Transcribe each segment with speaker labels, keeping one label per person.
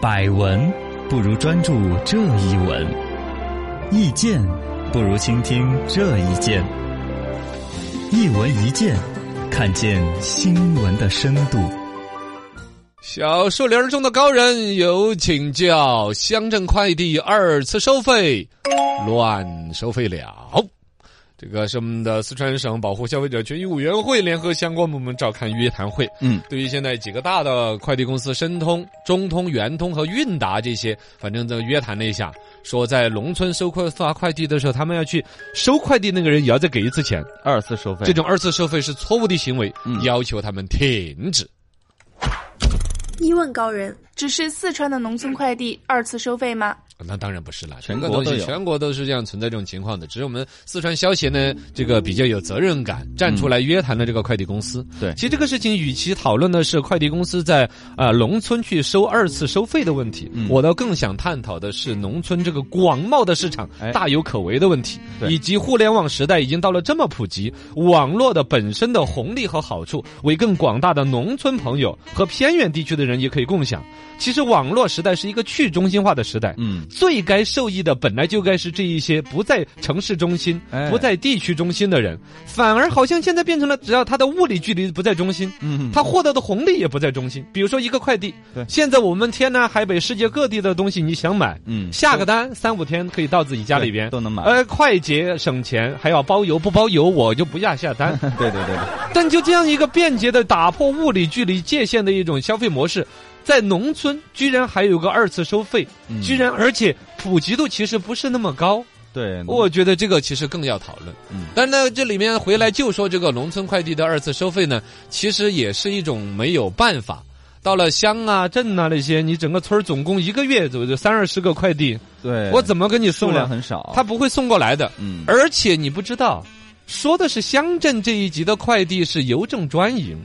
Speaker 1: 百闻不如专注这一闻，意见不如倾听这一见。一闻一见，看见新闻的深度。
Speaker 2: 小树林中的高人有请教：乡镇快递二次收费乱收费了。这个是我们的四川省保护消费者权益委员会联合相关部门召开约谈会。
Speaker 1: 嗯，
Speaker 2: 对于现在几个大的快递公司，申通、中通、圆通和韵达这些，反正这约谈了一下，说在农村收快发快递的时候，他们要去收快递那个人也要再给一次钱，
Speaker 1: 二次收费
Speaker 2: 这种二次收费是错误的行为，
Speaker 1: 嗯
Speaker 2: 要求他们停止。
Speaker 3: 一问高人，只是四川的农村快递二次收费吗？
Speaker 2: 那当然不是啦，
Speaker 1: 全
Speaker 2: 这个
Speaker 1: 国
Speaker 2: 东
Speaker 1: 都
Speaker 2: 西
Speaker 1: 有
Speaker 2: 全国都是这样存在这种情况的。只是我们四川消协呢，这个比较有责任感，站出来约谈了这个快递公司。
Speaker 1: 嗯对
Speaker 2: 其实这个事情与其讨论的是快递公司在呃农村去收二次收费的问题，
Speaker 1: 嗯
Speaker 2: 我倒更想探讨的是农村这个广袤的市场
Speaker 1: 哎
Speaker 2: 大有可为的问题，
Speaker 1: 对
Speaker 2: 以及互联网时代已经到了这么普及，网络的本身的红利和好处，为更广大的农村朋友和偏远地区的人也可以共享。其实网络时代是一个去中心化的时代，
Speaker 1: 嗯，
Speaker 2: 最该受益的本来就该是这一些不在城市中心、
Speaker 1: 哎
Speaker 2: 不在地区中心的人，反而好像现在变成了，只要他的物理距离不在中心，
Speaker 1: 嗯
Speaker 2: 他获得的红利也不在中心。比如说一个快递
Speaker 1: 对，
Speaker 2: 现在我们天南海北、世界各地的东西，你想买，
Speaker 1: 嗯
Speaker 2: 下个单三五天可以到自己家里边
Speaker 1: 对都能买
Speaker 2: 呃，快捷省钱，还要包邮，不包邮我就不压下 单。
Speaker 1: 对对对对，
Speaker 2: 但就这样一个便捷的打破物理距离界限的一种消费模式，在农村居然还有个二次收费，
Speaker 1: 嗯
Speaker 2: 居然而且普及度其实不是那么高。
Speaker 1: 对
Speaker 2: 我觉得这个其实更要讨论。
Speaker 1: 嗯
Speaker 2: 但呢，这里面回来就说这个农村快递的二次收费呢，其实也是一种没有办法。到了乡啊、镇啊那些，你整个村儿总共一个月就就三二十个快递，
Speaker 1: 对
Speaker 2: 我怎么跟你
Speaker 1: 数
Speaker 2: 送
Speaker 1: 量
Speaker 2: 啊？
Speaker 1: 很少，
Speaker 2: 他不会送过来的。
Speaker 1: 嗯
Speaker 2: 而且你不知道，说的是乡镇这一级的快递是邮政专营，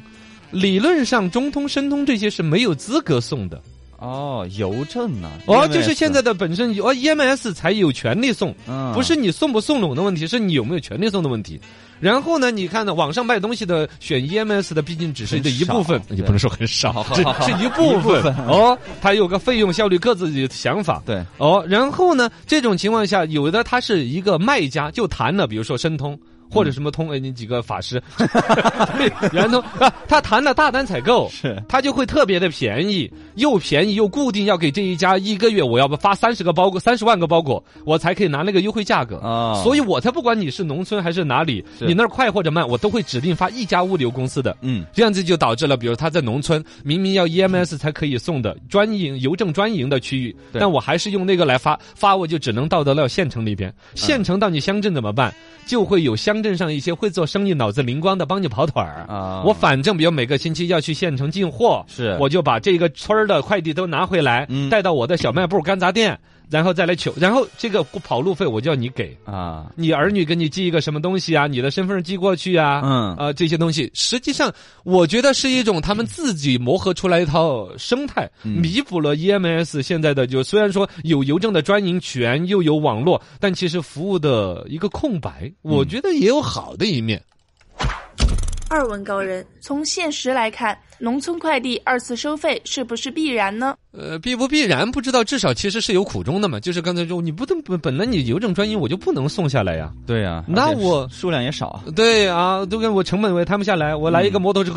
Speaker 2: 理论上中通、申通这些是没有资格送的。
Speaker 1: 哦邮政呢
Speaker 2: 哦，就是现在的本身哦，EMS 才有权利送，不是你送不送拢的问题，是你有没有权利送的问题。然后呢，你看呢，网上卖东西的选 EMS 的，毕竟只是
Speaker 1: 很
Speaker 2: 的一部分
Speaker 1: 少，
Speaker 2: 也不能说很少，只是 一
Speaker 1: 一
Speaker 2: 部
Speaker 1: 部
Speaker 2: 分
Speaker 1: 分
Speaker 2: 哦。它有个费用效率，各自的想法。
Speaker 1: 对
Speaker 2: 哦，然后呢，这种情况下，有的他是一个卖家就谈了，比如说申通。或者什么通，哎，你几个法 师，圆通啊，他谈了大单采购，
Speaker 1: 是
Speaker 2: 他就会特别的便宜，又便宜又固定，要给这一家一个月，我要不发三十个包裹，三十万个包裹，我才可以拿那个优惠价格
Speaker 1: 啊
Speaker 2: 所以我才不管你是农村还是哪里，
Speaker 1: 是
Speaker 2: 你那儿快或者慢，我都会指定发一家物流公司的。
Speaker 1: 嗯
Speaker 2: 这样子就导致了，比如他在农村明明要 EMS 才可以送的专营邮政专营的区域，
Speaker 1: 对
Speaker 2: 但我还是用那个来发发，我就只能到得了县城里
Speaker 1: 嗯
Speaker 2: 边。县城到你乡镇怎么办？就会有乡镇上一些会做生意、脑子灵光的帮你跑腿儿。
Speaker 1: 啊
Speaker 2: 我反正比如每个星期要去县城进货，
Speaker 1: 是
Speaker 2: 我就把这个村儿的快递都拿回来，
Speaker 1: 嗯
Speaker 2: 带到我的小卖部、干杂店，然后再来取。然后这个跑路费我就要你给。
Speaker 1: 啊
Speaker 2: 你儿女给你寄一个什么东西啊？你的身份证寄过去啊？
Speaker 1: 嗯
Speaker 2: 啊、这些东西，实际上我觉得是一种他们自己磨合出来一套生态，
Speaker 1: 嗯
Speaker 2: 弥补了 EMS 现在的就虽然说有邮政的专营权，又有网络，但其实服务的一个空白，我觉得也有好的一面。
Speaker 3: 二问高人，从现实来看，农村快递二次收费是不是必然呢？
Speaker 2: 呃，必不必然不知道，至少其实是有苦衷的嘛。就是刚才说，你不能本本来你邮政专营，我就不能送下来呀、
Speaker 1: 对呀，
Speaker 2: 那
Speaker 1: 而且
Speaker 2: 我
Speaker 1: 数量也少，
Speaker 2: 对啊，都跟我成本我也摊不下来，我来一个摩托车，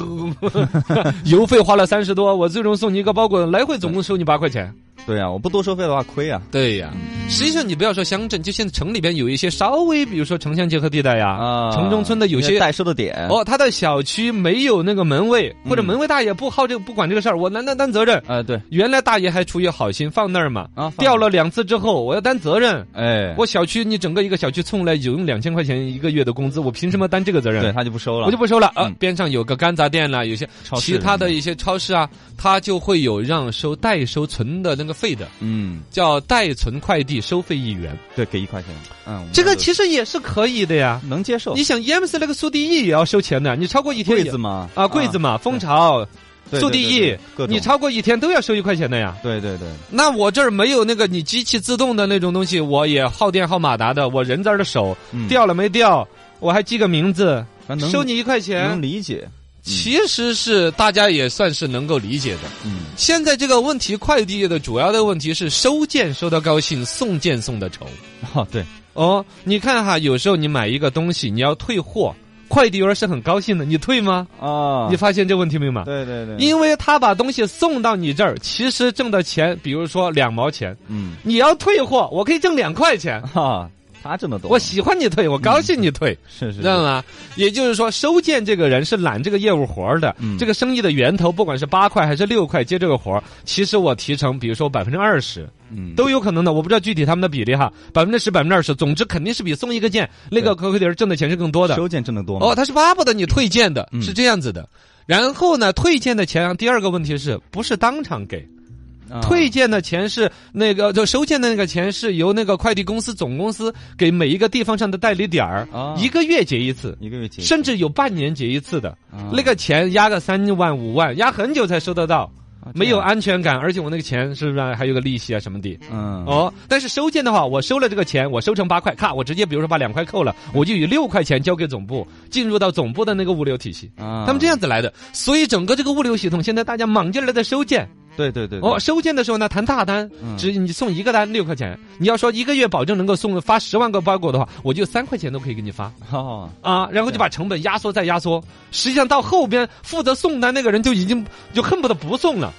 Speaker 2: 油费花了三十多，我最终送你一个包裹，来回总共收你八块钱。
Speaker 1: 对呀，我不多收费的话亏啊
Speaker 2: 对呀、实际上你不要说乡镇，就现在城里边有一些稍微，比如说城乡结合地带呀，
Speaker 1: 啊
Speaker 2: 城中村的有些。
Speaker 1: 代收的点
Speaker 2: 哦，他的小区没有那个门卫，或者
Speaker 1: 嗯
Speaker 2: 门卫大爷不好这个不管这个事儿，我难担担责任。
Speaker 1: 啊对
Speaker 2: 原来大爷还出于好心放那儿嘛，
Speaker 1: 啊放
Speaker 2: 掉了两次之后，我要担责任。
Speaker 1: 哎
Speaker 2: 我小区你整个一个小区冲来有用两千块钱一个月的工资，我凭什么担这个责任？
Speaker 1: 对他就不收了，
Speaker 2: 我就不收了。呃
Speaker 1: 嗯，
Speaker 2: 边上有个干杂店啦，有些
Speaker 1: 超市
Speaker 2: 其他的一些超市啊，它就会有让收代收存的那个费的，
Speaker 1: 嗯
Speaker 2: 叫代存快递收费一元，
Speaker 1: 对给一块钱嗯
Speaker 2: 这个
Speaker 1: 我
Speaker 2: 其实也是可以的呀。
Speaker 1: 能接受
Speaker 2: 你想，EMS 那个速递易也要收钱的，你超过一天
Speaker 1: 哦柜
Speaker 2: 也
Speaker 1: 子嘛
Speaker 2: 啊，柜子嘛，蜂巢、
Speaker 1: 对
Speaker 2: 速递易
Speaker 1: 对对对各，种
Speaker 2: 你超过一天都要收一块钱的呀。
Speaker 1: 对对对
Speaker 2: 那我这儿没有那个你机器自动的那种东西，我也耗电耗马达的，我人在这儿的手
Speaker 1: 嗯啊
Speaker 2: 掉了没掉，我还记个名字，
Speaker 1: 反正能
Speaker 2: 收你一块钱
Speaker 1: 能，理解嗯
Speaker 2: 其实是大家也算是能够理解的。
Speaker 1: 嗯
Speaker 2: 现在这个问题，快递业的主要的问题是收件收得高兴，送件送得愁。
Speaker 1: 哦，对，
Speaker 2: 哦，你看哈，有时候你买一个东西，你要退货，快递员是很高兴的，你退吗？
Speaker 1: 啊，
Speaker 2: 你发现这问题没有吗？
Speaker 1: 对对对，
Speaker 2: 因为他把东西送到你这儿，其实挣的钱，比如说两毛钱，
Speaker 1: 嗯，
Speaker 2: 你要退货，我可以挣两块钱。
Speaker 1: 哈，他这么啊懂，嗯
Speaker 2: 我喜欢你退，我高兴你退，
Speaker 1: 是是
Speaker 2: 知道
Speaker 1: 是，
Speaker 2: 吗？也就是说，收件这个人是揽这个业务活儿的，
Speaker 1: 嗯
Speaker 2: 这个生意的源头，不管是八块还是六块接这个活儿，其实我提成，比如说百分之二十
Speaker 1: 嗯，
Speaker 2: 都有可能的，我不知道具体他们的比例哈，百分之十、百分之二十，总之肯定是比送一个件那个
Speaker 1: 对
Speaker 2: 客户人挣的钱是更多的。
Speaker 1: 收件挣得多吗？
Speaker 2: 哦，他是巴不得你退件的，
Speaker 1: 嗯
Speaker 2: 是这样子的。然后呢，退件的钱啊，第二个问题是不是当场给？
Speaker 1: 啊
Speaker 2: 退件的钱是那个就收件的那个钱是由那个快递公司总公司给每一个地方上的代理点儿，
Speaker 1: 啊
Speaker 2: 一个月结一次。
Speaker 1: 一个月结，
Speaker 2: 甚至有半年结一次的，
Speaker 1: 啊
Speaker 2: 那个钱压个三万五万，压很久才收得到，
Speaker 1: 啊
Speaker 2: 没有
Speaker 1: 这样
Speaker 2: 安全感，而且我那个钱是不是还有个利息啊什么的？
Speaker 1: 嗯
Speaker 2: 哦，但是收件的话，我收了这个钱，我收成八块，咔，我直接比如说把两块扣了，我就以六块钱交给总部，进入到总部的那个物流体系。
Speaker 1: 啊，
Speaker 2: 他们这样子来的，所以整个这个物流系统现在大家忙劲儿的收件
Speaker 1: 对对对对
Speaker 2: 哦，收件的时候呢谈大单
Speaker 1: 嗯，
Speaker 2: 只你送一个单六块钱，你要说一个月保证能够送发十万个包裹的话，我就三块钱都可以给你发
Speaker 1: 哦
Speaker 2: 啊，然后就把成本压缩再压缩，实际上到后边负责送单那个人就已经就恨不得不送了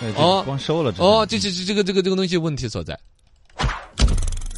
Speaker 1: 对这
Speaker 2: 哦
Speaker 1: 光收了之后
Speaker 2: 哦，这这这这个这个这个东西问题所在。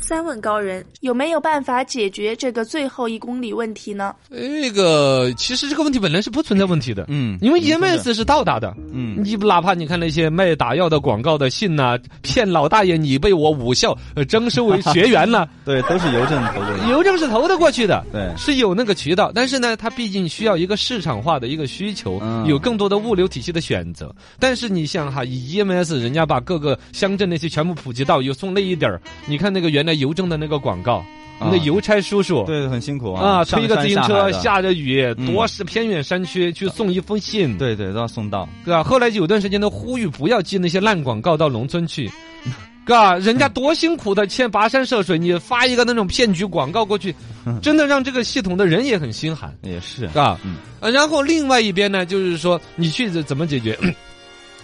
Speaker 3: 三问高人有没有办法解决这个最后一公里问题呢？
Speaker 2: 这哎个其实这个问题本来是不存在问题的，
Speaker 1: 嗯，
Speaker 2: 因为
Speaker 1: 你说的
Speaker 2: EMS 是到达的。
Speaker 1: 嗯
Speaker 2: 你哪怕你看那些卖打药的广告的信呐、骗老大爷你被我武校呃征收为学员 了，
Speaker 1: 对都是邮政投的，
Speaker 2: 邮政是投得过去的。
Speaker 1: 对
Speaker 2: 是有那个渠道，但是呢，它毕竟需要一个市场化的一个需求，
Speaker 1: 嗯
Speaker 2: 有更多的物流体系的选择。但是你像哈，以 EMS 人家把各个乡镇那些全部普及到，有送那一点儿。你看那个原来邮政的那个广告，那
Speaker 1: 啊
Speaker 2: 邮差叔叔，
Speaker 1: 对很辛苦
Speaker 2: 啊，推个自行车，
Speaker 1: 下
Speaker 2: 下着雨，
Speaker 1: 嗯
Speaker 2: 多是偏远山区去送一封信，
Speaker 1: 对对都要送到，
Speaker 2: 对吧？后来有段时间都呼吁不要寄那些烂广告到农村 去。嘎，人家多辛苦的，欠跋山涉水，你发一个那种骗局广告过去，
Speaker 1: 嗯
Speaker 2: 真的让这个系统的人也很心寒，
Speaker 1: 也是
Speaker 2: 嘎。
Speaker 1: 嗯
Speaker 2: 呃然后另外一边呢，就是说你去怎么解决？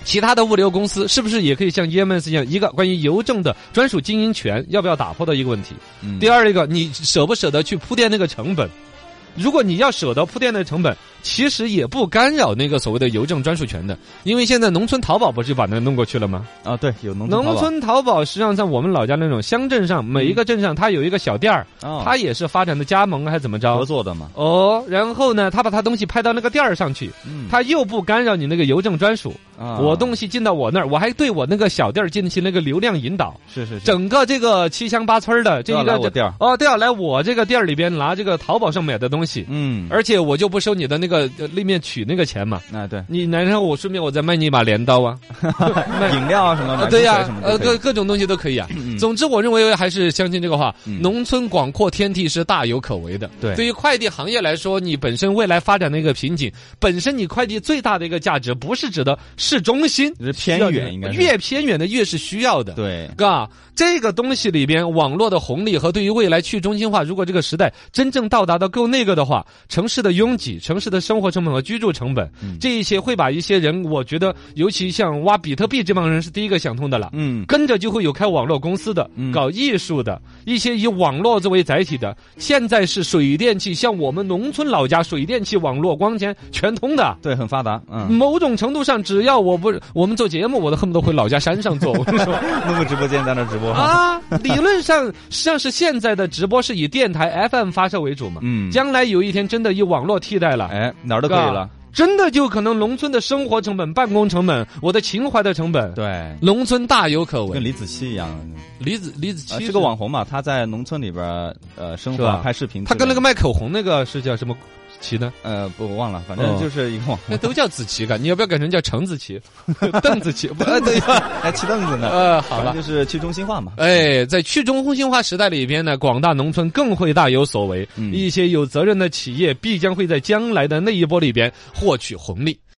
Speaker 2: 其他的物流公司是不是也可以像 EMS 一样，一个关于邮政的专属经营权要不要打破的一个问题？
Speaker 1: 嗯
Speaker 2: 第二一个，你舍不舍得去铺垫那个成本？如果你要舍得铺垫那个成本，其实也不干扰那个所谓的邮政专属权的，因为现在农村淘宝不是把那个弄过去了吗？
Speaker 1: 啊对有农
Speaker 2: 农
Speaker 1: 村
Speaker 2: 村淘宝实际上在我们老家那种乡镇上，每一个镇上它有一个小店儿，
Speaker 1: 淘宝啊
Speaker 2: 它也是发展的加盟还是怎么
Speaker 1: 哦合
Speaker 2: 着？
Speaker 1: 作的嘛，
Speaker 2: 哦，然后呢，他把他东西拍到那个店儿上去，
Speaker 1: 嗯
Speaker 2: 他又不干扰你那个邮政专属，
Speaker 1: 啊
Speaker 2: 我东西进到我那儿，我还对我那个小店儿进行那个流量引导，
Speaker 1: 是是是
Speaker 2: 整个这个七乡八村儿的这
Speaker 1: 都要
Speaker 2: 一个
Speaker 1: 来我店儿
Speaker 2: 哦，对啊，来我这个店儿里边拿这个淘宝上买的东西，
Speaker 1: 嗯
Speaker 2: 而且我就不收你的那个呃立面取那个钱嘛。
Speaker 1: 啊对
Speaker 2: 你然后我顺便我再卖你一把镰刀啊，
Speaker 1: 饮料啊什么
Speaker 2: 啊
Speaker 1: 买
Speaker 2: 对呀、
Speaker 1: 汽水什么
Speaker 2: 呃
Speaker 1: 都可
Speaker 2: 各
Speaker 1: 以
Speaker 2: 各种东西都可以啊。
Speaker 1: 嗯
Speaker 2: 总之，我认为还是相信这个话，
Speaker 1: 嗯
Speaker 2: 农村广阔天地是大有可为的。
Speaker 1: 对
Speaker 2: 对于快递行业来说，你本身未来发展的一个瓶颈，本身你快递最大的一个价值，不是指的市中心，
Speaker 1: 是偏
Speaker 2: 需要
Speaker 1: 远应该是
Speaker 2: 越偏远的越是需要的。
Speaker 1: 对
Speaker 2: 嘎，啊这个东西里边，网络的红利和对于未来去中心化，如果这个时代真正到达到够那个的话，城市的拥挤、城市的生活成本和居住成本，
Speaker 1: 嗯
Speaker 2: 这一些会把一些人，我觉得，尤其像挖比特币这帮人是第一个想通的了。
Speaker 1: 嗯
Speaker 2: 跟着就会有开网络公司的、
Speaker 1: 嗯
Speaker 2: 搞艺术的、一些以网络作为载体的。现在是水电气，像我们农村老家水电气、网络、光纤全通的。
Speaker 1: 对很发达嗯
Speaker 2: 某种程度上，只要我不我们做节目，我都恨不得回老家山 上做。我跟你说，
Speaker 1: 录个直播间在那儿直播
Speaker 2: 啊，理论上实际上是现在的直播是以电台 FM 发射为主嘛，
Speaker 1: 嗯
Speaker 2: 将来有一天真的以网络替代了。
Speaker 1: 哎哪儿都可以了
Speaker 2: 嘎真的就可能农村的生活成本、办公成本、我的情怀的成本，
Speaker 1: 对
Speaker 2: 农村大有可为。
Speaker 1: 跟李子柒一样。
Speaker 2: 李子李子
Speaker 1: 啊，
Speaker 2: 柒
Speaker 1: 是个网，红嘛，他在农村里边儿呃生
Speaker 2: 是
Speaker 1: 活
Speaker 2: 吧
Speaker 1: 啊拍视频之
Speaker 2: 他
Speaker 1: 类的，
Speaker 2: 跟那个卖口红那个是叫什么旗呢？
Speaker 1: 呃不我忘了，反
Speaker 2: 哦
Speaker 1: 正就是一个网红，
Speaker 2: 那都叫子旗嘎，你要不要改成叫程子旗、 邓子旗？不，呃 对
Speaker 1: 还骑哎凳子呢，
Speaker 2: 呃，好
Speaker 1: 反
Speaker 2: 了
Speaker 1: 正。就是去中心化嘛。
Speaker 2: 哎，在去中心化时代里边呢，广大农村更会大有所为，
Speaker 1: 嗯
Speaker 2: 一些有责任的企业必将会在将来的那一波里边获取红利。